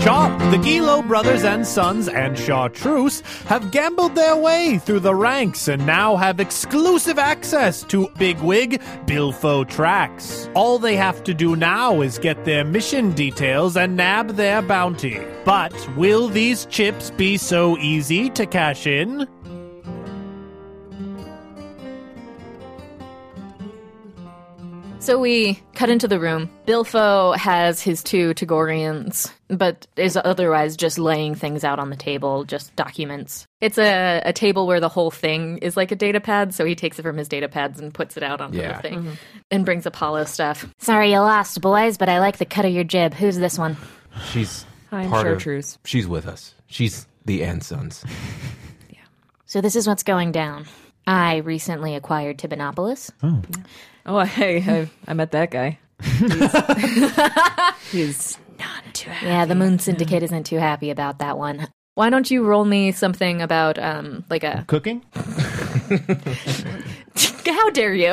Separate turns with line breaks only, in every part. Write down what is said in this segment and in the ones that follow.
Shaw, the Gilo brothers and sons, and Shaw Truce have gambled their way through the ranks and now have exclusive access to bigwig Bilfo tracks. All they have to do now is get their mission details and nab their bounty. But will these chips be so easy to cash in?
So we cut into the room. Bilfo has his two Tagorians, but is otherwise just laying things out on the table, just documents. It's a, a table where the whole thing is like a data pad, so he takes it from his data pads and puts it out onto
Yeah.
the thing
Mm-hmm.
and brings Apollo stuff.
Sorry you lost, boys, but I like the cut of your jib. Who's this one?
She's
I'm
part of-
Chartreuse.
she's with us. She's the Ansons.
So this is what's going down. I recently acquired Tibanopolis.
Oh, hey, I, I met that guy. He's, he's
Yeah, the Moon Syndicate isn't too happy about that one.
Why don't you roll me something about um like a
Cooking?
How dare you?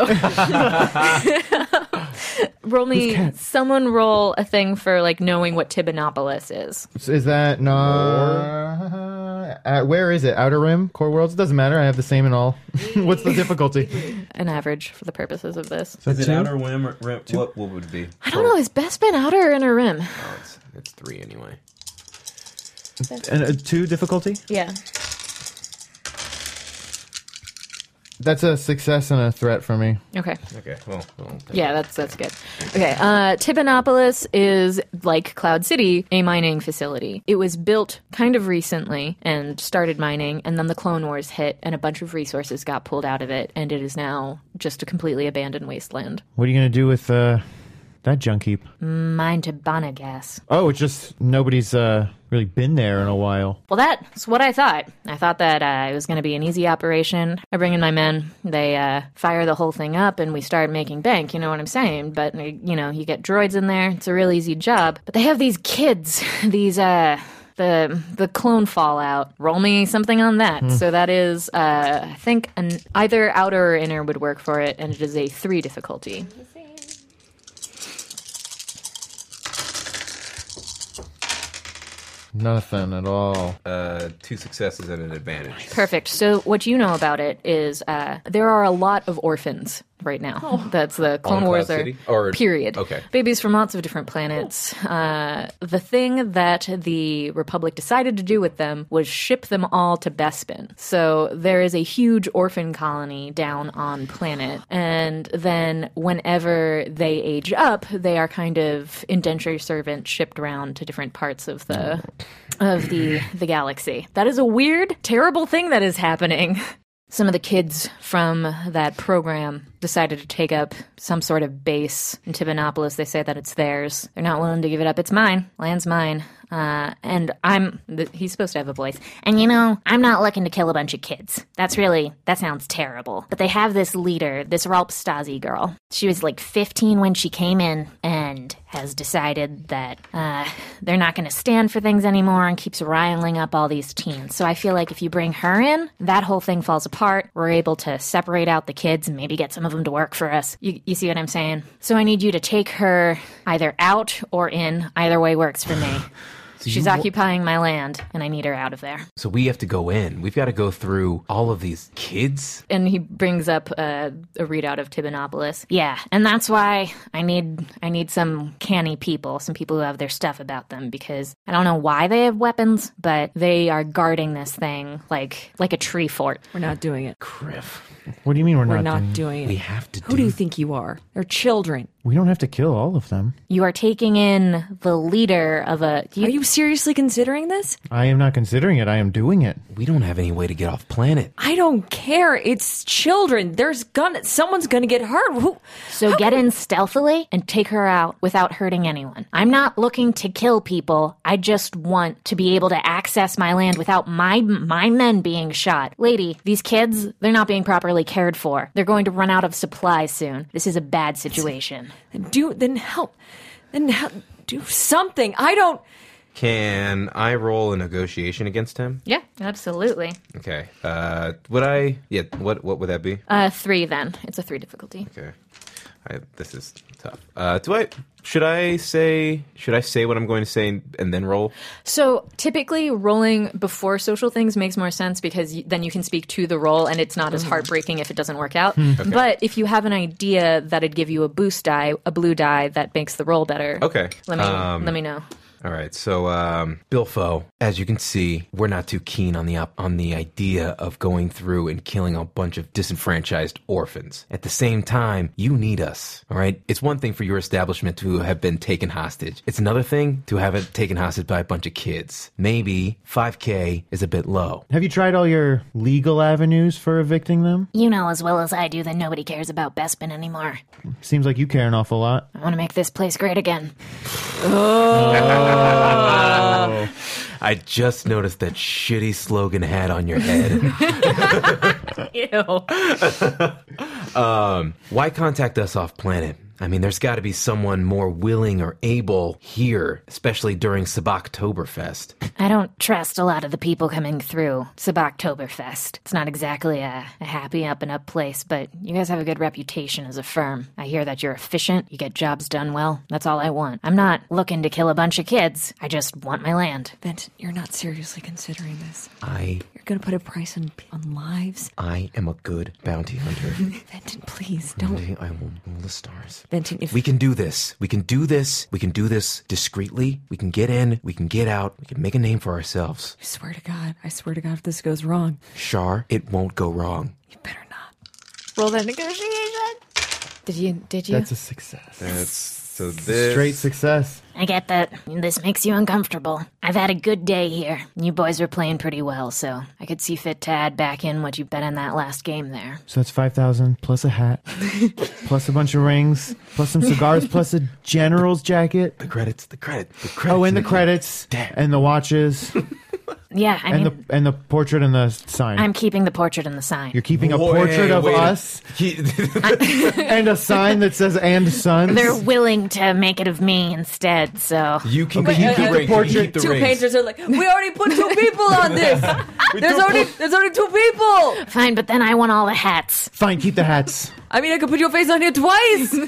roll me someone roll a thing for like knowing what Tibanopolis is.
So Is that not? Uh, where is it? Outer Rim, Core Worlds. Doesn't matter. I have the same in all. What's the difficulty?
An average for the purposes of this.
Is it outer rim or rim? What, what would it be?
I don't know, is best been outer or inner rim?
It's, it's three anyway.
And, uh, two difficulty?
Yeah.
That's a success and a threat for me.
Okay.
Okay, well, well
Yeah, that's that's good. Okay. Uh Tibanopolis is like Cloud City, a mining facility. It was built kind of recently and started mining and then the Clone Wars hit and a bunch of resources got pulled out of it and it is now just a completely abandoned wasteland.
What are you gonna do with uh, that junk heap?
Mine Tibana gas.
Oh, it's just nobody's uh, really been there in a while.
Well, that's what I thought. I thought that uh, it was going to be an easy operation. I bring in my men, they uh, fire the whole thing up, and we start making bank. You know what I'm saying? But uh, you know, you get droids in there; it's a real easy job. But they have these kids, these uh, the the clone fallout. Roll me something on that. So that is, uh, I think, an either outer or inner would work for it, and it is a three difficulty.
Nothing at all.
Uh, two successes and an advantage.
Perfect. So, what you know about it is uh, there are a lot of orphans right now. That's the Clone
Cloud
Wars are,
City? Or-
period.
okay.
Babies from lots of different planets. Uh, the thing that the Republic decided to do with them was ship them all to Bespin. So, there is a huge orphan colony down on planet. And then, whenever they age up, they are kind of indentured servants shipped around to different parts of the of the the galaxy. That is a weird, terrible thing that is happening. Some of the kids from that program decided to take up some sort of base in Tibanopolis. They say that it's theirs. They're not willing to give it up. It's mine. Land's mine. Uh, and I'm. Th- he's supposed to have a voice.
And you know, I'm not looking to kill a bunch of kids. That's really, that sounds terrible. But they have this leader, this Ralph Stasi girl. She was like 15 when she came in and has decided that uh, they're not going to stand for things anymore and keeps riling up all these teens. So I feel like if you bring her in, that whole thing falls apart. We're able to separate out the kids and maybe get some of them to work for us. You, you see what I'm saying? So I need you to take her either out or in. Either way works for me. She's occupying my land, and I need her out of there.
So we have to go in. We've got to go through all of these kids.
And he brings up uh, a readout of Tibanopolis.
Yeah, and that's why I need I need some canny people, some people who have their stuff about them because I don't know why they have weapons, but they are guarding this thing like like a tree fort.
we're not doing it.
Griff,
What do you mean we're,
We're
not? doing-
not doing
we
it.
have to.
Who do you think you are? They're children.
we don't have to kill all of them.
You are taking in the leader of a
Are you seriously considering this?
I am not considering it. I am doing it.
We don't have any way to get off planet.
I don't care. It's children. There's gonna someone's gonna get hurt. Who?
So get in stealthily and take her out without hurting anyone. I'm not looking to kill people. I just want to be able to access my land without my my men being shot. Lady, these kids, they're not being properly cared for. They're going to run out of supplies soon. This is a bad situation.
Do then help. Then help. Do something. I don't.
Can I roll a negotiation against him?
Yeah, absolutely.
Okay. Uh, would I? Yeah. What? What would that be?
Uh, three then. It's a three difficulty.
Okay. I, this is tough. Uh, do I? Should I say? Should I say what I'm going to say and, and then roll?
So typically, rolling before social things makes more sense because y- then you can speak to the roll, and it's
Mm.
not as heartbreaking if it doesn't work out.
Hmm.
But if you have an idea that'd give you a boost die, a blue die that makes the roll better.
Okay.
Let me
Uh,
Um,
let me know.
All right. So, um,
Bilfo, as you can see, we're not too keen on the op- on the idea of going through and killing a bunch of disenfranchised orphans. At the same time, you need us. All right. It's one thing for your establishment to have been taken hostage. It's another thing to have it taken hostage by a bunch of kids. Maybe 5K is a bit low.
Have you tried all your legal avenues for evicting them?
You know as well as I do that nobody cares about Bespin anymore.
Seems like you care an awful lot.
I want to make this place great again.
I just noticed that shitty slogan hat on your head. Um, Why contact us off planet? I mean, there's got to be someone more willing or able here, especially during Saboktoberfest.
I don't trust a lot of the people coming through Saboktoberfest. It's not exactly a, a happy up and up place, but you guys have a good reputation as a firm. I hear that you're efficient, you get jobs done well. That's all I want. I'm not looking to kill a bunch of kids. I just want my land.
Benton, you're not seriously considering this.
I,
You're going to put a price on, on lives.
I am a good bounty hunter.
Benton, please don't.
I I will rule the stars.
Benton, if
We can do this. We can do this. We can do this discreetly. We can get in. We can get out. We can make a name for ourselves.
I swear to God, I swear to God, if this goes wrong,
Shar, it won't go wrong.
you better not.
Roll that negotiation. Did you? Did you?
That's a success.
that's so this
Straight success.
I get that this makes you uncomfortable. I've had a good day here. You boys were playing pretty well, so I could see Fit to add back in what you bet in that last game there.
So that's 5,000 plus a hat, plus a bunch of rings, plus some cigars, plus a general's jacket.
The credits. The credit. The credits.
Oh, and the credits,
Damn.
and the watches,
Yeah, I mean,
and the and the portrait and the sign.
I'm keeping the portrait and the sign.
You're keeping a
Boy,
portrait of
wait a-
us
He-
and a sign that says "and sons."
They're willing to make it of me instead, so.
You can keep the
uh,
ring. You can keep the
Two
rings.
painters are like, we already put two people on this. there's already there's already two people.
Fine, but then I want all the hats.
Fine, keep the hats.
I mean, I could put your face on here twice. Do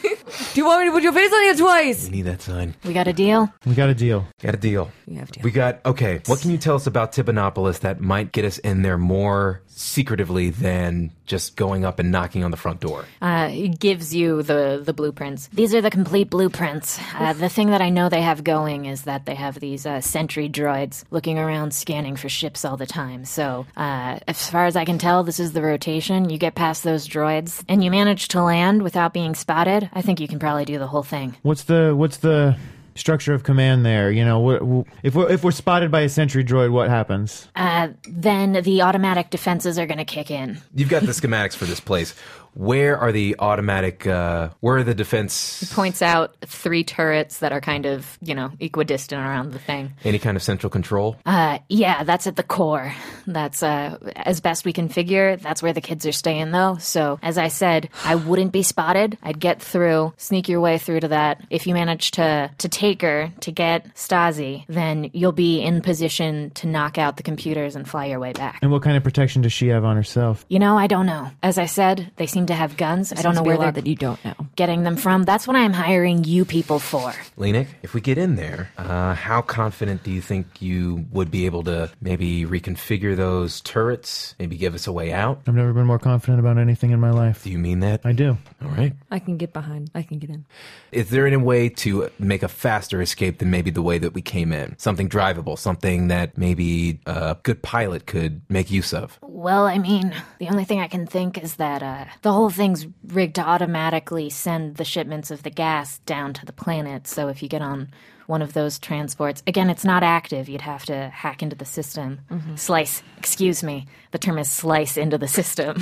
you want me to put your face on here twice?
We need that sign.
We got a deal?
We got a deal.
Got a deal.
We have to.
We got okay. What can you tell us about Tibanopolis that might get us in there more secretively than just going up and knocking on the front door?
Uh, it gives you the the blueprints.
These are the complete blueprints. Uh, the thing that I know they have going is that they have these uh, sentry droids looking around scanning for ships all the time. So, uh, as far as I can tell, this is the rotation. You get past those droids and you manage to land without being spotted. I think you can probably do the whole thing.
What's the what's the structure of command there? You know, what, wh- if we're if we're spotted by a sentry droid, what happens?
Uh, then the automatic defenses are going to kick in.
You've got the schematics for this place. Where are the automatic? Uh, where are the defense?
Points out three turrets that are kind of you know equidistant around the thing.
Any kind of central control?
Uh, yeah, that's at the core. That's uh, as best we can figure. That's where the kids are staying, though. So, as I said, I wouldn't be spotted. I'd get through, sneak your way through to that. If you manage to to take her to get Stasi, then you'll be in position to knock out the computers and fly your way back.
And what kind of protection does she have on herself?
You know, I don't know. As I said, they seem to have guns. I don't know where they're
that you don't know.
getting them from. That's what I'm hiring you people for.
Lenik, if we get in there, uh, how confident do you think you would be able to maybe reconfigure those turrets? Maybe give us a way out?
I've never been more confident about anything in my life.
Do you mean that?
I do.
All right.
I can get behind. I can get in.
Is there any way to make a faster escape than maybe the way that we came in? Something drivable, something that maybe a good pilot could make use of.
Well, I mean, the only thing I can think is that uh, the whole thing's rigged to automatically send the shipments of the gas down to the planet. So if you get on one of those transports, again, it's not active. You'd have to hack into the system.
Mm-hmm.
Slice, excuse me. The term is slice into the system.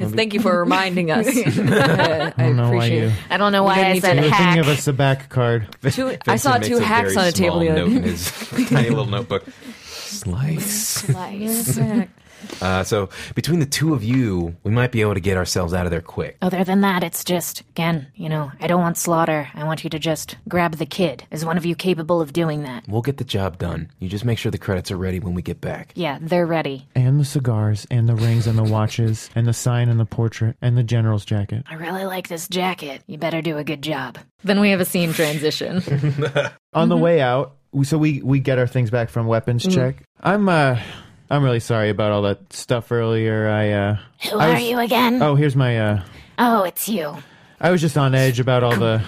Thank you for reminding us. I,
I don't know why
appreciate
you.
it.
I don't know why
don't
I
need
said
to-
You're thinking
hack.
of a sabac card.
Two, I saw
Vincent
two
makes
hacks
very
on a table
small
the other
note in
day.
his tiny little notebook.
Slice.
Yes, hack.
Uh, so between the two of you, we might be able to get ourselves out of there quick.
Other than that, it's just, again, you know, I don't want slaughter. I want you to just grab the kid. Is one of you capable of doing that?
We'll get the job done. You just make sure the credits are ready when we get back.
Yeah, they're ready.
And the cigars, and the rings, and the watches, and the sign, and the portrait, and the general's jacket.
I really like this jacket. You better do a good job.
Then we have a scene transition.
On the
Mm-hmm.
way out, so we we get our things back from weapons
Mm.
check. I'm uh, I'm really sorry about all that stuff earlier. I uh,
Who
I
are
was-
you again?
oh here's my uh,
Oh, it's you.
I was just on edge about all the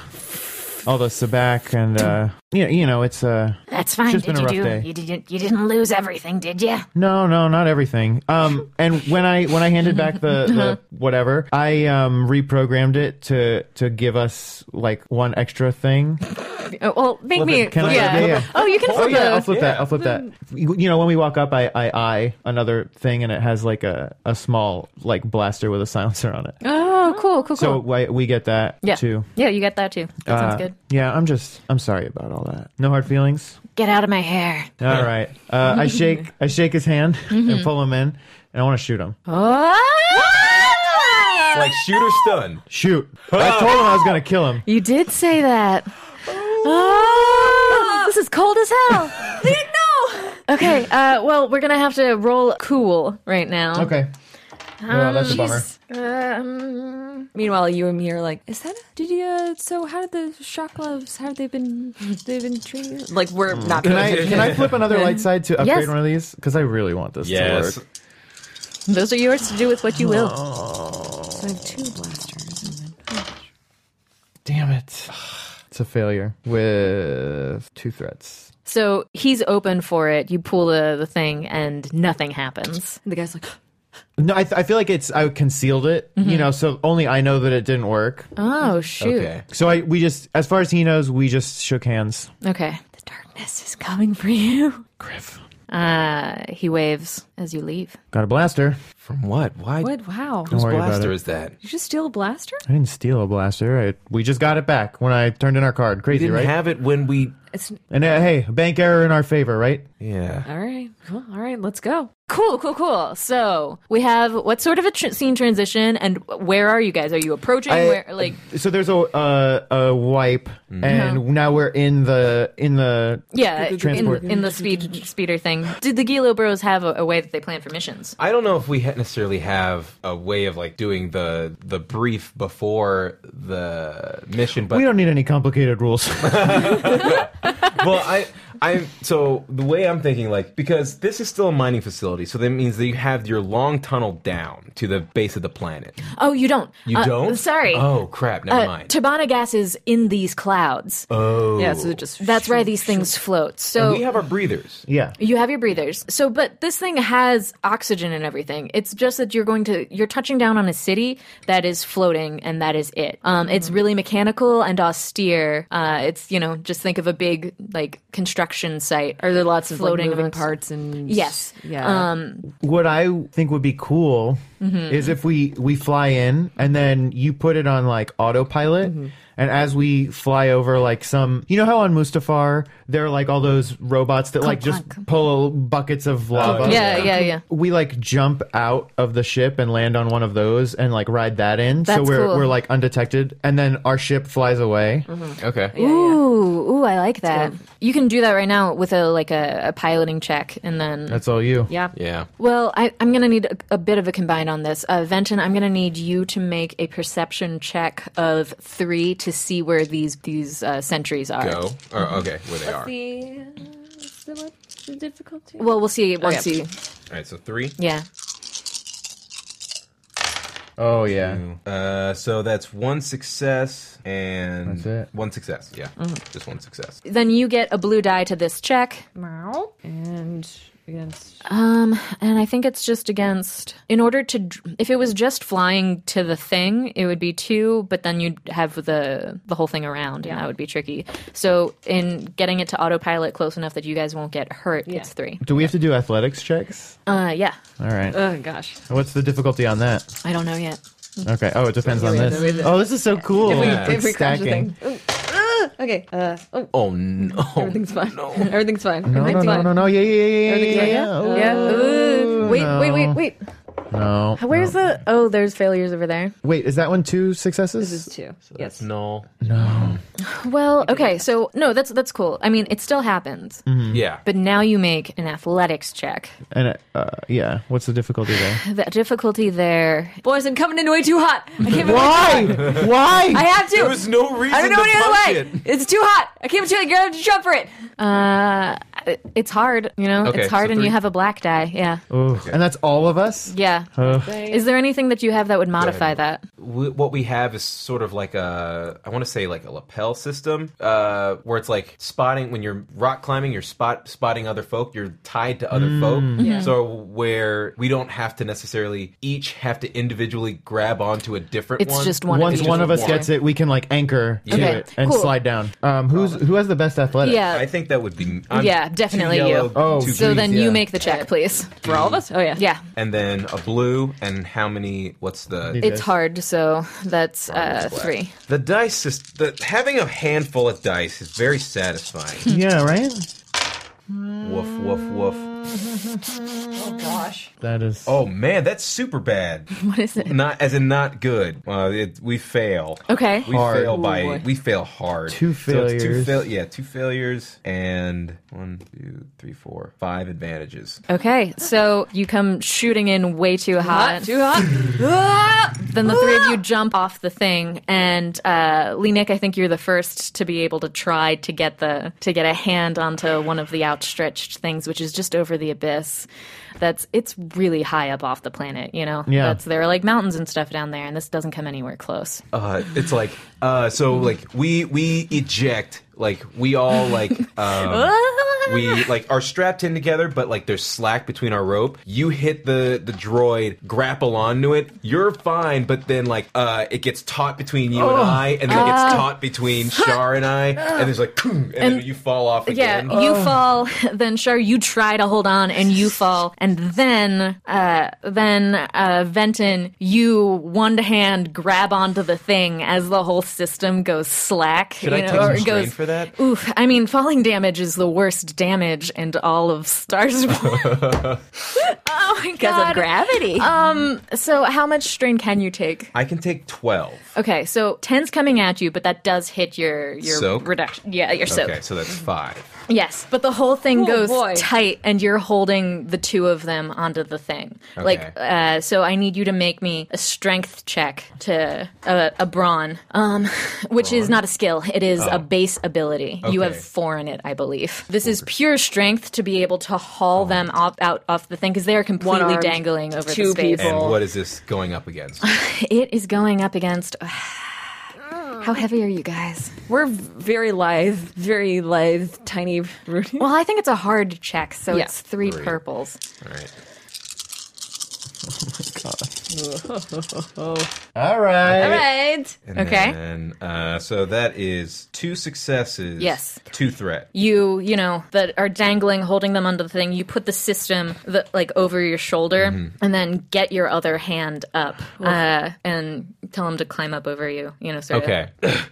all the sabac and uh, you, you know it's uh,
That's fine.
just
Did
been a
you
rough
do?
day.
You didn't. You didn't lose everything, did you?
No, no, not everything. Um, and when I when I handed back the, the whatever, I um reprogrammed it to to give us like one extra thing.
Oh, well, make me.
Can I-
yeah.
yeah, yeah.
Oh, you can.
Oh
flip
yeah,
a-
I'll flip that. I'll flip that. You, you know, when we walk up, I, I eye another thing, and it has like a, a small like blaster with a silencer on it.
Oh, cool, cool, cool.
So why, we get that
yeah.
too.
Yeah, you get that too. That
Uh,
sounds good.
Yeah, I'm just I'm sorry about all that. No hard feelings.
Get out of my hair.
All right. Uh, I shake I shake his hand and pull him in, and I want to shoot him.
Oh!
Like shoot or stun.
Shoot! I told him I was gonna kill him.
You did say that. Oh, this is cold as hell. no. Okay. Uh, well, we're gonna have to roll cool right now.
Okay. Oh, that's a bummer.
Um, meanwhile, you and me are like,
Is that? A, did you? Uh, so how did the shock gloves? How have they been? They've been treating you? Like we're not.
Can I can I flip another light side to upgrade
Yes.
one of these? Because I really want this
Yes.
to work.
those are yours to do with what you will.
I have two blasters. And then,
Damn it! It's a failure with two threats.
So he's open for it. You pull the, the thing, and nothing happens.
the guy's like,
No, I, th- I feel like it's I concealed it, you know, so only I know that it didn't work.
Oh shoot.
Okay.
So I we just as far as he knows, we just shook hands.
Okay. The darkness is coming for you.
Griff
Uh, he waves as you leave.
got a blaster.
From what? Why?
"What? Wow!
Don't worry about
blaster
it.
is that?
Did you just steal a blaster?
I didn't steal a blaster. I, we just got it back when I turned in our card. Crazy,
Didn't
right?
have it when we.
It's
and uh, hey, bank error in our favor, right?
Yeah.
all right. Well, all right. Let's go.
Cool, cool, cool. So we have what sort of a tr- scene transition, and where are you guys? Are you approaching?
I-
where like
So there's a uh, a wipe, and
Uh-huh.
now we're in the in the
yeah, in,
transport.
in the speed speeder thing? Did the Gilo Bros have a, a way that they plan for missions?
I don't know if we ha- necessarily have a way of like doing the the brief before the mission, but
we don't need any complicated rules.
well, I, I, so the way I'm thinking, like, because this is still a mining facility, so that means that you have your long tunnel down to the base of the planet.
Oh, you don't.
You
Uh,
don't?
Sorry.
Oh crap! Never
Uh,
mind.
Tabana gas is in these clouds.
Oh.
Yeah. So it just
That's why these things float. So
we have our breathers.
yeah.
You have your breathers. So, but this thing has oxygen and everything. It's just that you're going to, you're touching down on a city that is floating and that is it. Um, It's really mechanical and austere. Uh, it's, you know, just think of a big, like, construction site.
Are there lots of Um,
Floating
like, moving
ones.
parts and
Yes.
yeah.
what I think would be cool
Mm-hmm.
is if we we fly in and then you put it on like autopilot.
Mm-hmm.
And as we fly over, like some, you know how on Mustafar there are like all those robots that like just pull buckets of lava.
yeah, yeah, yeah.
We like jump out of the ship and land on one of those and like ride that in, so
That's
we're
cool. Mm-hmm.
we're like undetected, and then our ship flies away.
Okay.
Ooh, ooh, I like that. You can do that right now with a, like, a, a piloting check and then.
That's all you.
yeah.
Yeah.
well, I, I'm going to need a, a bit of a combine on this. Uh, Venton, I'm going to need you to make a perception check of three to see where these these uh, sentries are.
Go. Or, okay, where they are. All
The, what's the difficulty?
Well, we'll see once
Okay.
you.
right. So three.
Yeah.
Oh yeah.
Uh, so that's one success and
That's it.
one success. Yeah,
Mm-hmm.
just one success.
Then you get a blue die to this check.
And against
Um, and I think it's just against. In order to, dr- if it was just flying to the thing, it would be two. But then you'd have the the whole thing around, and that would be tricky. So in getting it to autopilot close enough that you guys won't get hurt, it's three.
Do we have to do athletics checks?
Uh, yeah.
All right.
oh gosh,
What's the difficulty on that?
I don't know yet.
Okay. Oh, it depends on this. Oh, this is so cool.
Yeah.
It's stacking.
okay, uh, oh,
Oh no!
everything's fine. Everything's fine.
No, no,
everything's
no,
fine.
no, no. Yeah, Oh. yeah, yeah, yeah, yeah,
Everything's
yeah.
fine.
yeah.
Yeah.
Ooh.
Wait, wait, wait, wait.
No.
Where's the? Oh, there's failures over there.
Wait, is that one two successes?
This is two. yes.
No.
Well, okay, so no, that's that's cool. I mean, it still happens,
Mm.
Yeah.
but now you make an athletics check.
and uh, yeah, what's the difficulty there?
The difficulty there, boys, I'm coming in way too hot. I can't. believe-
Why? Why?
I have to.
There was no reason.
I don't know
to
any other
punch
way.
it.
It's too hot. I can't between. You have to jump for it. Uh, it- it's hard. You know,
Okay,
it's hard,
so
and
three- Oh,
you have a black die. Yeah,
Ooh, And that's all of us.
yeah.
uh,
Is there anything that you have that would modify that?
W- What we have is sort of like a, I want to say like a lapel system, uh, where it's like spotting when you're rock climbing, you're spot spotting other folk. You're tied to other
Mm.
folk, so where we don't have to necessarily each have to individually grab onto a different
It's
one.
just one.
Once
of
one of us
each.
gets it, we can like anchor to
Okay,
it and
cool.
slide down. Um, who's who has the best athletic?
Yeah.
I think that would be I'm
Yeah,
too
definitely
yellow,
you.
Oh.
too
So
green,
then you
yeah.
make the check, please.
For all of us? Oh, yeah.
Yeah.
and then a blue, and how many? What's the
It's hard, so that's uh, three.
the dice? Is, the having a handful of dice is very satisfying.
Yeah, right.
Woof, woof, woof.
That is.
Oh man, that's super bad.
What is it?
Not as in not good. Uh, it, we fail.
Okay.
We
Hard. Oh,
fail by we fail hard.
Two
So it's two
failures.
fail, yeah, two failures and one, two, three, four, five advantages.
Okay. So you come shooting in way too hot.
Hot, too hot.
Ah! Then the three of you jump off the thing, and uh, Lee Nick, I think you're the first to be able to try to get the to get a hand onto one of the outstretched things, which is just over the abyss. That's it's really high up off the planet, you know.
Yeah.
That's there are like mountains and stuff down there, and this doesn't come anywhere close.
Uh, it's like uh, so like we we eject like we all like um, we like are strapped in together, but like there's slack between our rope. You hit the the droid, grapple onto it. You're fine, but then like uh, it gets taut between you
Oh.
and I, and then it
Uh.
gets taut between Shar and I, and there's like, "Koom," and, then you fall off
Yeah,
again.
you fall. Then sure, you try to hold on, and you fall, and then, uh, then uh, Venton, you one hand grab onto the thing as the whole system goes slack.
Should
you
I
know,
take some
or
strain
goes,
for that?
Oof! I mean, falling damage is the worst damage, and all of Stars. oh my
because of
god! um,
gravity.
Uh,
so, how much strain can you take?
I can take twelve.
Okay, so ten's coming at you, but that does hit your your
Soak?
reduction. Yeah, your soak.
Okay, so that's five.
Yes, but the whole thing
Oh,
goes
boy.
tight, and you're holding the two of them onto the thing. Like, uh, so I need you to make me a strength check to uh, a brawn, um, which is not a skill. It is a base ability. You
Oh. Okay.
have four in it, I believe. This is pure strength to be able to
Oh.
haul them off, out off the thing because they are completely
One-armed,
dangling over
two
the space.
And
Cool.
what is this going up against?
It is going up against. How heavy are you guys?
We're very lithe, very lithe, tiny Rudy.
Well, I think it's a hard check, so
Yeah.
it's three
Three.
purples.
All right.
All right.
All right.
And
okay.
Then, uh, so that is two successes.
Yes.
Two threat.
you you know that are dangling holding them onto the thing you put the system that like over your shoulder and then get your other hand up uh, and tell him to climb up over you you know sort
Okay.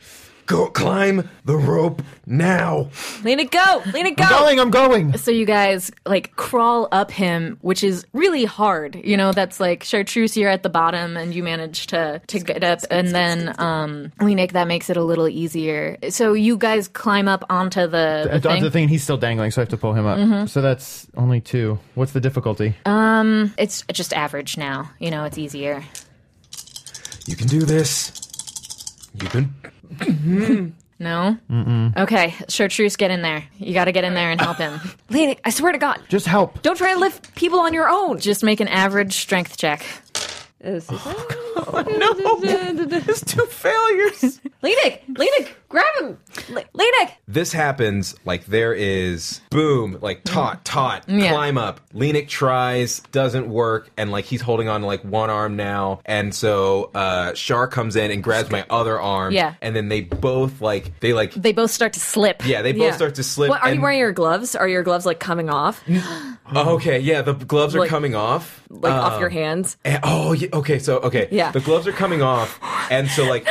Go climb the rope now.
of lean it go lean it
I'm going. I'm going.
so you guys like crawl up him which is really hard you know that's like chartreuse you're at the bottom and you manage to to get up and then um leanic that makes it a little easier so you guys climb up onto the, the
Onto
thing.
the thing. He's still dangling, so I have to pull him up. So that's only two. What's the difficulty?
Mm-hmm. it's just average now you know it's easier
You can do this. You can.
No. Mm-mm. Okay, Chartreuse, get in there. You got to get in there and help him.
Lean it. I swear to God.
Just help.
Don't try to lift people on your own.
Just make an average strength check.
no.
oh, It's two failures.
Lenik, Lenik, grab him. Le- Lenik.
this happens like there is boom, like taut, taut, climb up. Lenik tries, doesn't work, and like he's holding on to like one arm now, and so uh Shar comes in and grabs my other arm.
Yeah.
And then they both like they like
They both start to slip.
yeah they both
Yeah.
start to slip.
What, are you
and- Oh,
wearing your gloves? Are your gloves like coming off,
Okay, yeah, the gloves are
Like-
coming off.
like off your hands?
And- oh, yeah, okay. So okay,
Yeah.
The gloves are coming off, and so like,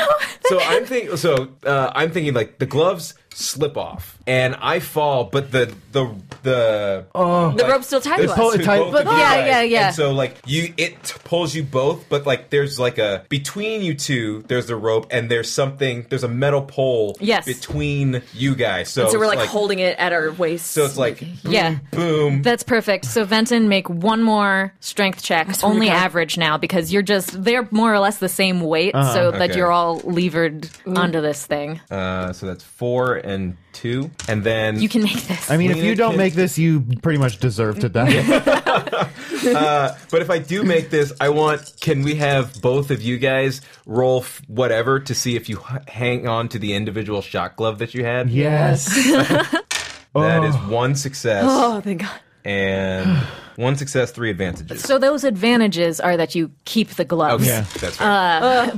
so I'm thinking, so uh, I'm thinking like the gloves slip off, and I fall, but the the the
the rope's still tied
they
to
pull
us.
it tight,
both
but-
of you
yeah,
guys.
yeah, yeah.
And so like you, it t- pulls you both, but like there's like a between you two, there's the rope, and there's something, there's a metal pole,
Yes.
between you guys. So,
So we're
it's
like, holding it at our waist.
So it's like
yeah.
boom.
That's perfect. So Venton, make one more strength check.
what
Only
we got.
average now because you're just they're more or less the same weight, so that
Uh-huh. Okay.
you're all levered onto this thing.
Uh, so that's four and two, and then
You can make this.
I mean, if you don't make this, you pretty much deserve to die.
But if I do make this, I want. Can we have both of you guys roll f- whatever to see if you h- hang on to the individual shot glove that you had?
yes.
That is one success
oh, thank God.
and one success, three advantages.
so those advantages are that you keep the gloves.
okay,
Yeah.
that's
Uh,
right.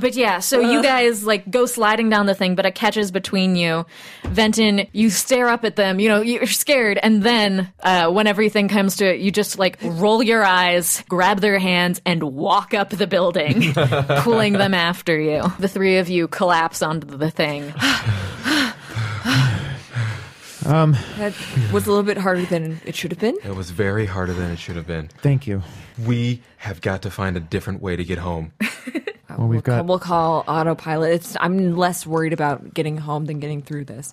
But yeah, so you guys like go sliding down the thing, but it catches between you. Venton, you stare up at them. You know you're scared, and then uh, when everything comes to it, you just like roll your eyes, grab their hands, and walk up the building, pulling them after you. The three of you collapse onto the thing.
That was a little bit harder than it should have been.
it was very harder than it should have been.
Thank you.
We have got to find a different way to get home.
Well, we've got.
We'll call autopilot. It's, I'm less worried about getting home than getting through this.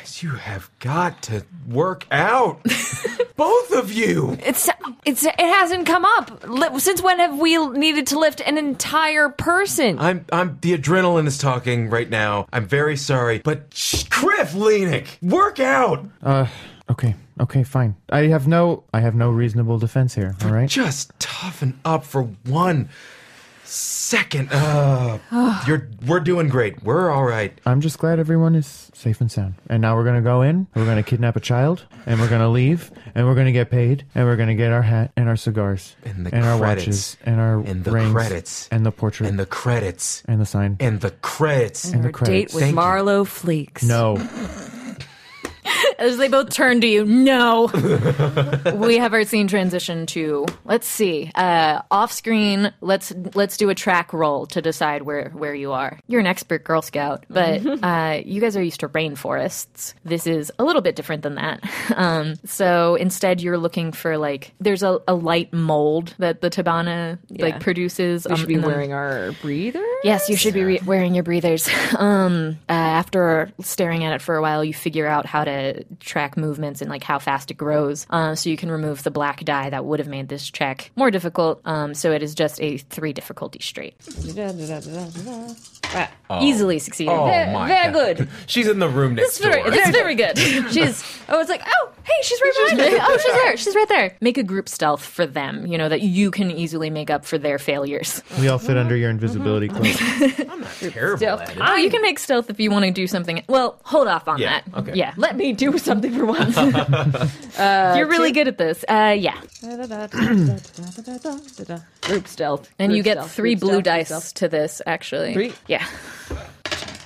Guys, you have got to work out. both of you.
It's it's it hasn't come up Li- since when have we needed to lift an entire person?
I'm I'm the adrenaline is talking right now. I'm very sorry, but shh, Criff Leenick, work out.
Uh, okay. Okay. Fine. I have no. I have no reasonable defense here. All right.
Just toughen up for one second. Uh, you're we're doing great. We're all right.
I'm just glad everyone is safe and sound. And now we're gonna go in. We're gonna kidnap a child, and we're gonna leave, and we're gonna get paid, and we're gonna get our hat and our cigars,
And the
our
credits.
watches, and our
And the
rings,
credits.
and the portrait,
And the credits.
and the sign,
And the credits.
Mm.
and the
Our date
credits.
with
Thank you.
Marlo Fleeks.
no.
As they both turn to you, no. we have our scene transition to let's see, uh, off screen. Let's let's do a track roll to decide where where you are. You're an expert Girl Scout, but uh, you guys are used to rainforests. This is a little bit different than that. Um, so instead, you're looking for like there's a, a light mold that the Tabana like produces.
We
um,
should be
in the-
wearing our breather.
Yes, you should be re- wearing your breathers. um, uh, after staring at it for a while, you figure out how to track movements and like how fast it grows, uh, so you can remove the black dye that would have made this check more difficult. Um, so it is just a three difficulty straight. Ah, Easily succeeded.
Oh
Very-
my
very
God.
good.
She's in the room next
It's very,
door.
it's very good. She's.
Oh, it's like oh hey, she's right
She's
behind
right-
me.
oh, she's there. She's right there. Make a group stealth for them. You know that you can easily make up for their failures.
We all fit under
Mm-hmm.
your invisibility cloak.
Terrible at it.
Oh, you can make stealth if you want to do something. Well, hold off on
Yeah,
that.
okay.
Yeah.
Let me do something for once. Uh,
You're really good at this. Uh, yeah.
group stealth.
And
group
you get
stealth,
three
group
blue
stealth, group
dice
stealth.
to this, actually.
Three?
Yeah.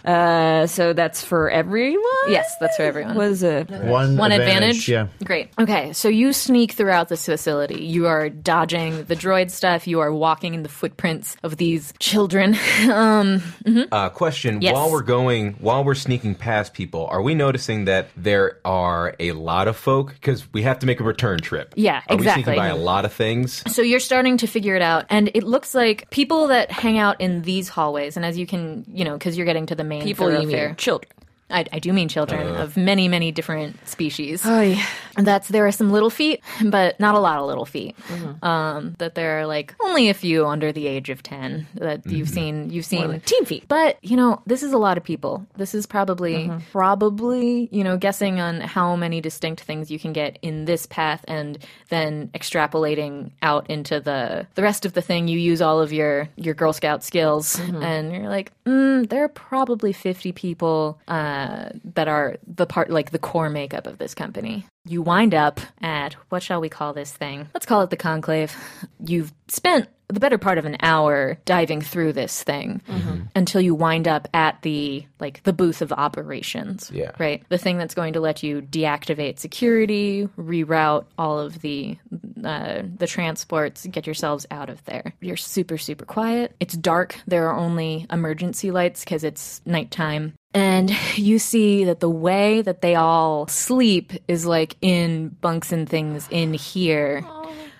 Uh, so that's for everyone.
Yes, that's for everyone.
What is it?
One,
One advantage.
Yeah.
Great. Okay, so you sneak throughout this facility. You are dodging the droid stuff. You are walking in the footprints of these children. um,
Uh, question:
Yes.
While we're going, while we're sneaking past people, are we noticing that there are a lot of folk? Because we have to make a return trip.
Yeah,
are we
exactly.
sneaking by a lot of things?
so you're starting to figure it out, and it looks like people that hang out in these hallways, and as you can, you know, because you're getting to the main
People you
thoroughfare-
mean children.
I, I do mean children of many, many different species. That's there are some little feet, but not a lot of little feet.
Mm-hmm.
Um, that there are like only a few under the age of ten that you've seen. You've seen
teen feet. Mm-hmm.
but you know this is a lot of people. This is probably probably you know guessing on how many distinct things you can get in this path, and then extrapolating out into the the rest of the thing. You use all of your your Girl Scout skills,
Mm-hmm.
and you're like, mm, there are probably fifty people uh, that are the part like the core makeup of this company. You wind up at what shall we call this thing? Let's call it the conclave. You've spent the better part of an hour diving through this thing until you wind up at the like the booth of operations
Yeah.
right the thing that's going to let you deactivate security reroute all of the uh, the transports get yourselves out of there you're super super quiet it's dark there are only emergency lights because it's nighttime And you see that the way that they all sleep is like in bunks and things in here.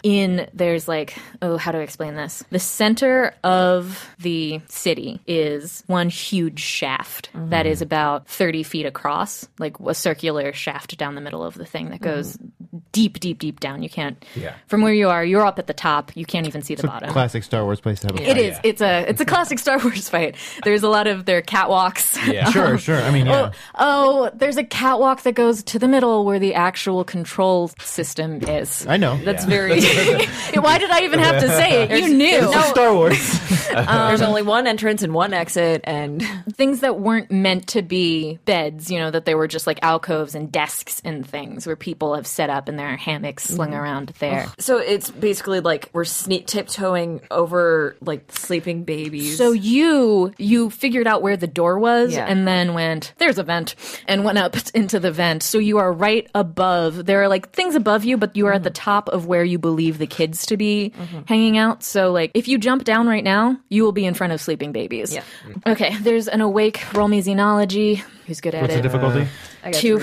In there's like, oh, how do I explain this? The center of the city is one huge shaft that
Mm.
is about 30 feet across, like a circular shaft down the middle of the thing that goes
Mm.
deep, deep, deep down. You can't,
Yeah.
from where you are, you're up at the top, you can't even see the
It's a
bottom.
classic Oh, Star Wars place to have a
It is. It's a it's a classic Star Wars fight. There's a lot of their catwalks.
Yeah.
Sure, sure. I mean, yeah.
Oh, there's a catwalk that goes to the middle where the actual control system is.
I know.
That's very. Why did I even have to say it? You knew.
It's Star Wars.
Um,
There's only one entrance and one exit, and
things that weren't meant to be beds, you know, that they were just like alcoves and desks and things where people have set up and their hammocks slung around there.
so it's basically like we're sne- tiptoeing over like sleeping babies.
So you you figured out where the door was
Yeah.
and then went there's a vent and went up into the vent. So you are right above. There are like things above you, but you are at the top of where you believe the kids to be
Mm-hmm.
hanging out. So like if you jump down right now, you will be in front of sleeping babies.
Yeah.
Okay. There's an awake. Roll me xenology. Who's good at
What's the
it?
difficulty?
I got
Two.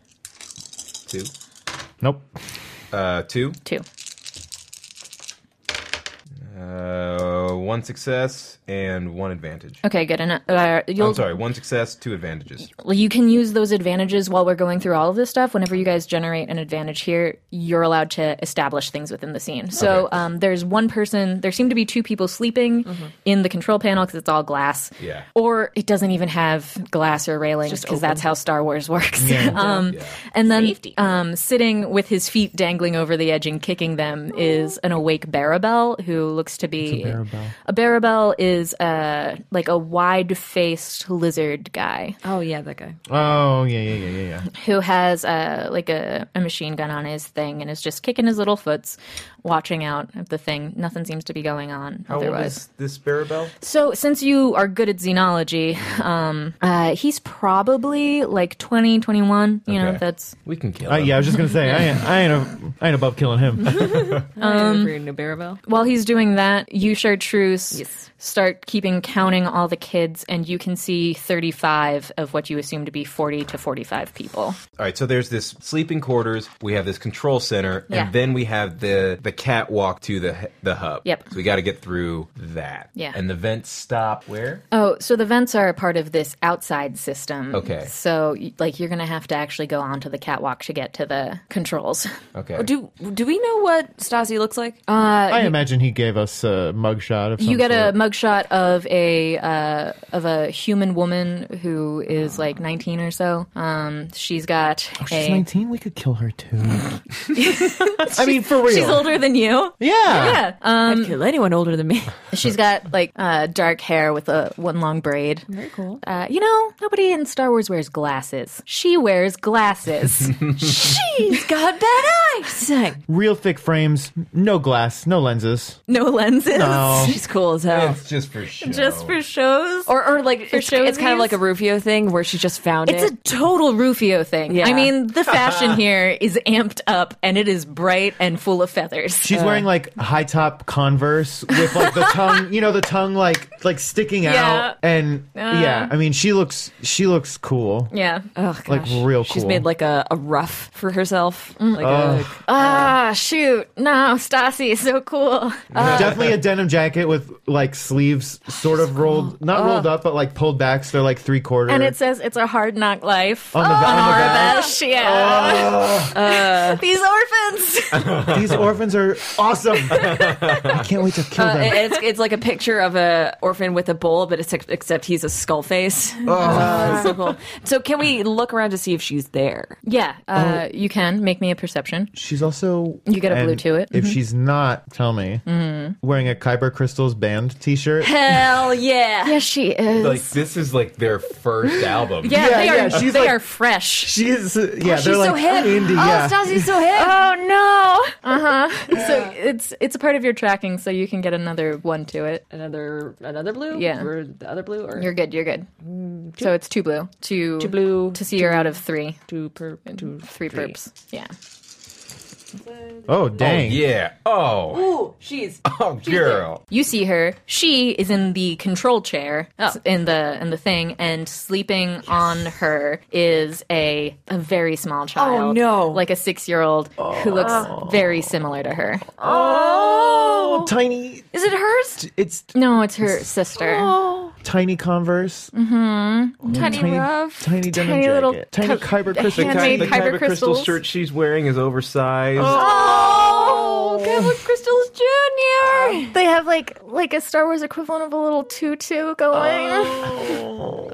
three.
Two.
Nope.
Uh, two.
Two.
Uh, one success and one advantage.
Okay. Good enough. Uh,
I'm
you'll
sorry, one success, two advantages.
Well, you can use those advantages while we're going through all of this stuff. Whenever you guys generate an advantage here, you're allowed to establish things within the scene. So um, there's one person, there seem to be two people sleeping in the control panel because it's all glass.
Yeah.
Or it doesn't even have glass or railings because that's how Star Wars works. um, And then um, sitting with his feet dangling over the edge and kicking them is an awake Barabel who looks to be. A Barabel is uh, like a wide faced lizard guy
Oh yeah, that guy.
Oh, yeah, yeah, yeah, yeah, yeah.
who has uh, like a, a machine gun on his thing and is just kicking his little foots, watching out at the thing. Nothing seems to be going on
How old
otherwise.
is this Barabel?
So, since you are good at xenology, um, uh, he's probably like 20, 21. You know,
Okay.
that's.
We can kill
Uh,
him.
yeah, I was just gonna say, I ain't, I ain't, a, I ain't above killing him.
Uh,
Um, for your new Barabel.
While he's doing that, you, Chartreuse,
Yes.
start keeping counting all the kids, and you can see 35 of what you assume to be 40 to 45 people.
All right, so there's this sleeping quarters. We have this control center,
Yeah.
and then we have the the catwalk to the the hub.
Yep.
So we got to get through that.
Yeah.
And the vents stop where?
Oh, so the vents are a part of this outside system.
Okay.
So, y- like, you're going to have to actually go onto the catwalk to get to the controls.
Okay.
Do do we know what Stasi looks like?
Um,
I imagine he gave us a mugshot of some
You get a
sort.
mugshot of a uh, of a human woman who is like 19 or so. Um, she's got
Oh, She's
a.
19. We could kill her too. I mean, for real.
She's older than you.
yeah.
Yeah. Um,
I'd kill anyone older than me.
she's got like uh, dark hair with a one long braid.
Very cool.
Uh, you know, nobody in Star Wars wears glasses. She wears glasses.
She's got bad eyes.
Real thick frames, no glass, no lenses.
no lenses.
No.
She's cool as hell.
It's just for show.
Just for shows.
Or, or like it's, it's kind of
showsies?
like a Rufio thing where she just found
It's
it.
a total Rufio thing.
Yeah.
I mean, the fashion here is amped up and it is bright and full of feathers.
She's wearing like high top Converse with like the tongue, you know, the tongue like like sticking
Yeah.
out, and yeah, I mean, she looks she looks cool,
yeah.
oh, gosh. Mm.
like real cool.
She's made like a, a ruff for herself. Like a,
Ah, shoot. No, Stassi is so cool.
definitely a denim jacket with like sleeves sort of rolled, not rolled up, but like pulled back, so they're like three quarter.
And it says it's a hard knock life.
on the, on the back.
Yes, yeah. Uh, These orphans.
These orphans are awesome. I can't wait to kill
Uh,
them.
it- it's, it's like a picture of a orphan with a bowl, but it's, except he's a skull face. Uh, it's so cool. So can we look around to see if she's there?
yeah, uh, you can make me a perception.
She's also Mm-hmm.
You get a
and
blue to it. Mm-hmm.
If she's not, tell me. Wearing a Kyber Crystals band T-shirt. Yeah,
Hell yeah.
Yes, she is.
like this is like their first album.
yeah,
Yeah,
they are.
yeah, she's
they
like-
are fresh.
she's uh, yeah. they're
so
like
hip.
indie.
Oh,
yeah.
Stassi's so hip.
Oh no. Uh huh. So it's it's a part of your tracking, so you can get another one to it.
another another blue?
Yeah.
Or the other blue? Or
You're good. You're good. so it's two blue. Two,
two blue,
To see you're out of three.
two per, two
Three perps. Yeah.
Oh, dang.
Yeah. Oh.
Ooh, she's
Oh, girl.
You see her. She is in the control chair
Oh.
s- in the in the thing, and sleeping on her is a a very small child.
Oh, no. Oh.
like a six year old who looks very similar to her.
Oh, tiny,
is it hers?
it's
No, it's her sister. Mm,
tiny Converse.
Oh, Tiny, rough.
Tiny denim
Tiny
jacket.
little
tiny Kyber crystal.
The ki-
handmade
the
kyber
Kyber crystal
crystals.
shirt she's wearing is oversized.
Oh, Kevin Crystals Junior.
Um, They have like like a Star Wars equivalent of a little tutu going.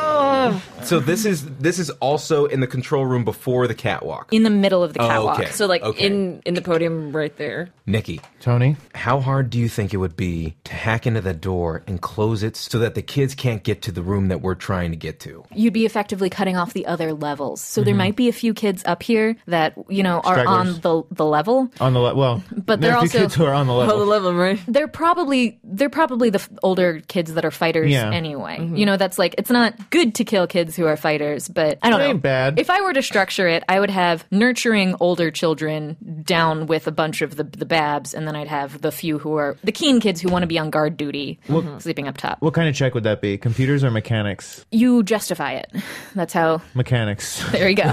Oh.
So this is this is also in the control room before the catwalk.
In the middle of the catwalk.
okay.
So like
Okay.
in in the podium right there.
Nikki,
Tony.
how hard do you think it would be to hack into the door and close it so that the kids can't get to the room that we're trying to get to?
you'd be effectively cutting off the other levels. So
Mm-hmm.
there might be a few kids up here that you know are on the the level.
On the le- well,
But they're
there's
also-
the kids who are on the level.
love them, right?
They're probably they're probably the f- older kids that are fighters
Yeah. Mm-hmm.
anyway. You know that's like it's not good to kill kids who are fighters, but I don't
It
know.
ain't bad.
If I were to structure it, I would have nurturing older children down with a bunch of the the babs, and then I'd have the few who are the keen kids who want to be on guard duty, sleeping up top.
What kind of check would that be? Computers or mechanics?
You justify it. That's how.
Mechanics.
There you go.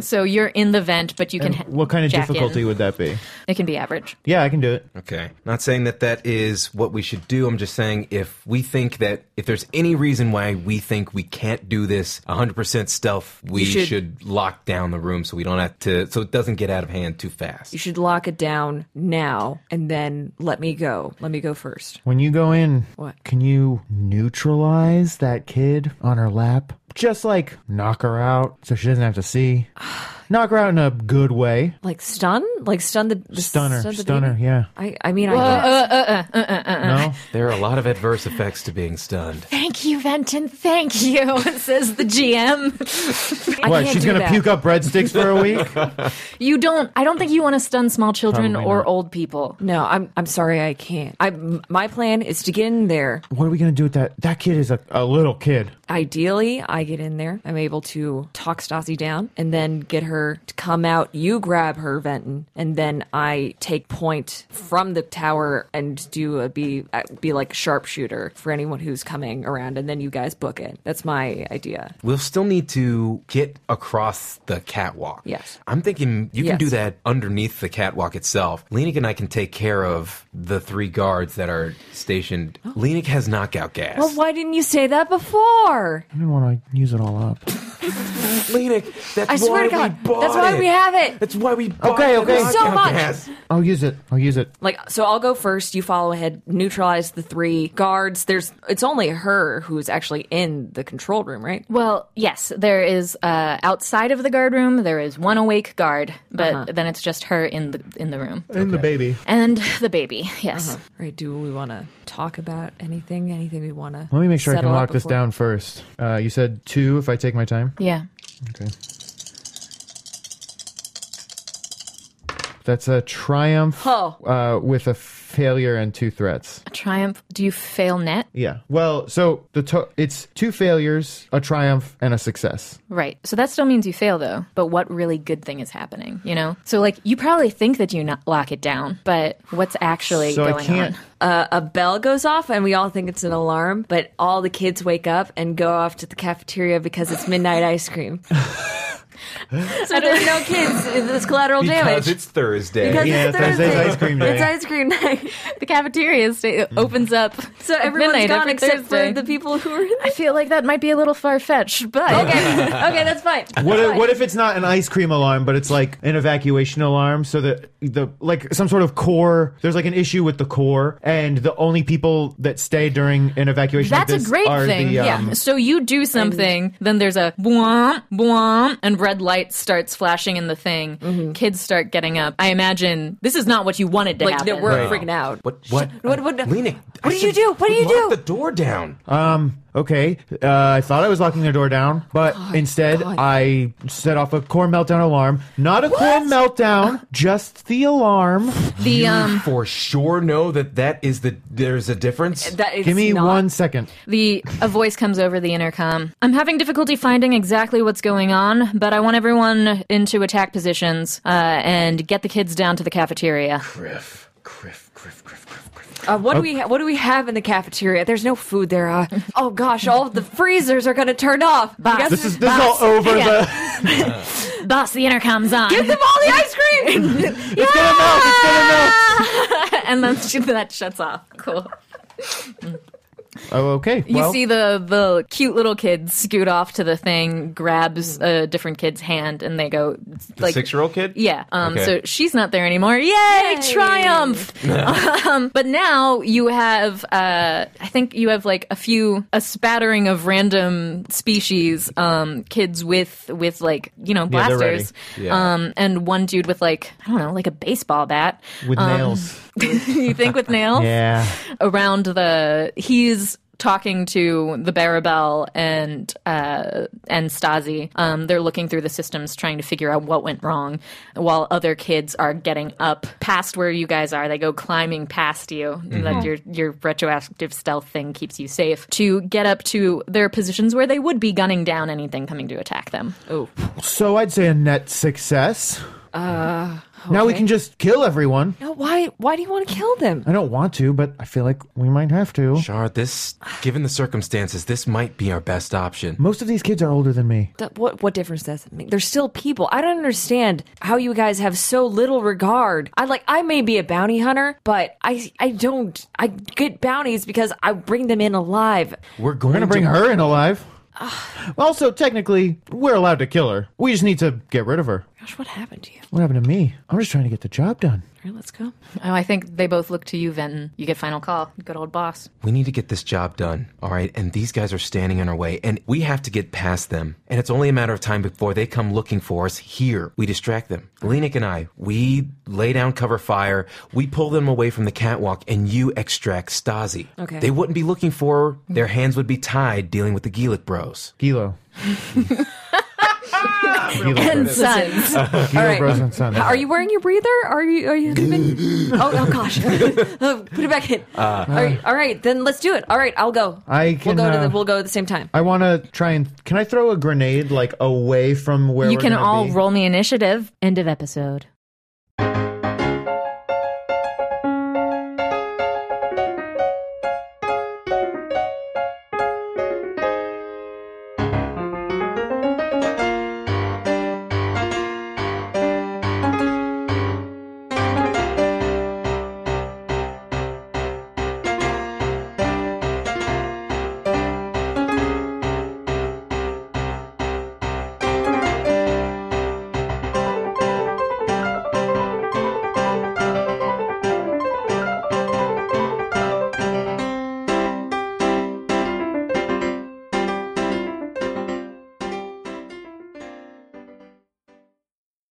so you're in the vent, but you can. ha-
What kind of
jack in.
difficulty would that be?
It can be average.
Yeah, I can do it.
Okay. Not saying that that is what we should do. I'm just saying if we think that if there's any reason why we think we can't do this 100% stealth, we should,
should-
lock down the room so we don't have to so it doesn't get out of hand too fast.
You should lock it down now and then let me go. Let me go first.
When you go in,
What?
can you neutralize that kid on her lap? Just like knock her out so she doesn't have to see. knock her out in a good way.
Like stun? Like stun the, the
Stunner,
stun the
stunner,
baby?
yeah.
I I mean I guess.
No?
There are a lot of adverse effects to being stunned.
Thank you, Venton. Thank you, says the GM.
I
What,
can't
she's
do
gonna
that.
puke up breadsticks for a week?
You don't. I don't think you want to stun small children
Probably
or
not.
old people.
No, I'm I'm sorry I can't. I my plan is to get in there.
what are we gonna do with that? That kid is a, a little kid.
Ideally, I get in there. I'm able to talk Stasi down and then get her to come out. You grab her, Venton, and then I take point from the tower and do a be uh, be like a sharpshooter for anyone who's coming around, and then you guys book it. That's my idea.
We'll still need to get across the catwalk.
Yes.
I'm thinking you can
Yes.
do that underneath the catwalk itself. Lenik and I can take care of the three guards that are stationed. Lenik has knockout gas.
Well, why didn't you say that before?
I didn't want to use it all up.
Lenik, that's
I swear
why
to God,
we bought
that's why
it.
we have it.
That's why we bought
Okay,
the
okay.
knockout
So much.
gas.
I'll use it. I'll use it.
Like, so I'll go first. You follow ahead, neutralize the three guards. There's, it's only her who's actually in the control room, right?
Well, yes, there is uh, outside of the guard room. There is one awake guard, but then it's just her in the in the room
And the baby.
and the baby. Yes.
Right. Do we want to talk about anything? Anything we want to?
Let me make sure I can lock this down first. Uh, you said two if I take my time.
Yeah.
Okay. That's a triumph
Oh.
uh, with a failure and two threats.
A triumph. Do you fail net?
Yeah. Well, so the to- it's two failures, a triumph, and a success.
Right. So that still means you fail, though. But what really good thing is happening? You know. So like, you probably think that you not lock it down, but what's actually
so
going
I can't.
on?
Uh, a bell goes off, and we all think it's an alarm, but all the kids wake up and go off to the cafeteria because it's midnight ice cream. so there's no kids. It's collateral
Because
damage.
it's Thursday.
Because
Yeah,
it's
Thursday's
Thursday.
ice cream
It's
day.
ice cream night.
The cafeteria sta- opens up.
So
at
everyone's
midnight
gone
every
except
Thursday.
for the people who are in
I feel like that might be a little far fetched, but
okay, okay, that's fine.
What if, what if it's not an ice cream alarm, but it's like an evacuation alarm? So that the like some sort of core. There's like an issue with the core, and the only people that stay during an evacuation. like
That's a
this
great
are
thing.
the, um,
yeah. So you do something, then there's a boom, boom, and red light starts flashing in the thing. Kids start getting up. I imagine this is not what you wanted to
Like,
happen.
no, we're freaking out.
What? What?
What- what-
Lenik,
what
I
did you
said
do? What did you
lock
do?
the door down.
okay, uh, I thought I was locking their door down, but instead
God.
I set off a core meltdown alarm. Not a core meltdown, just the alarm.
The um
For sure, know that that is the there's a difference.
That is
Give me
not-
one second.
The a voice comes over the intercom. I'm having difficulty finding exactly what's going on, but I want everyone into attack positions uh, and get the kids down to the cafeteria.
Griff, Griff, Griff, Griff, Griff, Griff.
Uh,
Oh.
what do we ha- What do we have in the cafeteria? There's no food there. Uh, oh gosh, all of the freezers are gonna turn off. You guys
This is this is all
Boss.
over
Yeah.
the.
Boss, the intercom's on.
give them all the ice cream.
It's gonna melt. It's gonna melt.
and then sh- that shuts off. Cool.
Oh, okay.
You
well,
see the the cute little kid scoot off to the thing, grabs a different kid's hand, and they go like
Six year old kid.
Yeah. Um,
Okay.
So she's not there anymore. Yay! Triumph. um, but now you have, uh, I think you have like a few, a spattering of random species, um, kids with, with like, you know,
Yeah, they're ready.
blasters.
Yeah.
Um, and one dude with like, I don't know, like a baseball bat.
with
um,
nails.
you think with nails?
Yeah.
around the he's talking to the Barabel and uh, and Stasi. Um, they're looking through the systems trying to figure out what went wrong while other kids are getting up past where you guys are. They go climbing past you. Like your your retroactive stealth thing keeps you safe to get up to their positions where they would be gunning down anything coming to attack them.
Oh.
So I'd say a net success. Uh, Now we can just kill everyone.
No, why? Why do you want to kill them?
I don't want to, but I feel like we might have to.
Char, this, given the circumstances, this might be our best option.
Most of these kids are older than me.
That- what what difference does it make? They're still people. I don't understand how you guys have so little regard. I like I may be a bounty hunter, but I I don't I get bounties because I bring them in alive.
We're going
We're gonna
to
bring her in alive.
Ah.
Also, technically, we're allowed to kill her. We just need to get rid of her.
Gosh, what happened to you?
What happened to me? I'm just trying to get the job done.
All right, let's go.
Oh, I think they both look to you, Venton. You get final call. Good old boss.
We need to get this job done, all right? And these guys are standing in our way, and we have to get past them. And it's only a matter of time before they come looking for us here. We distract them. Lenik and I, we lay down cover fire, we pull them away from the catwalk, and you extract Stasi.
Okay.
They wouldn't be looking for her. Their hands would be tied dealing with the Gelic bros.
Gilo. Gilo
And
Bros.
sons.
Gilo Bros and Sons.
Are you wearing your breather? Are you? Are you? oh, oh gosh! Oh, Put it back in. all, right, all right, then let's do it. All right, I'll go.
I can,
we'll go to
uh,
the. We'll go at the same time.
I want to try and. Can I throw a grenade, like, away from where
You
we're
can
gonna
all
be?
roll me initiative.
End of episode.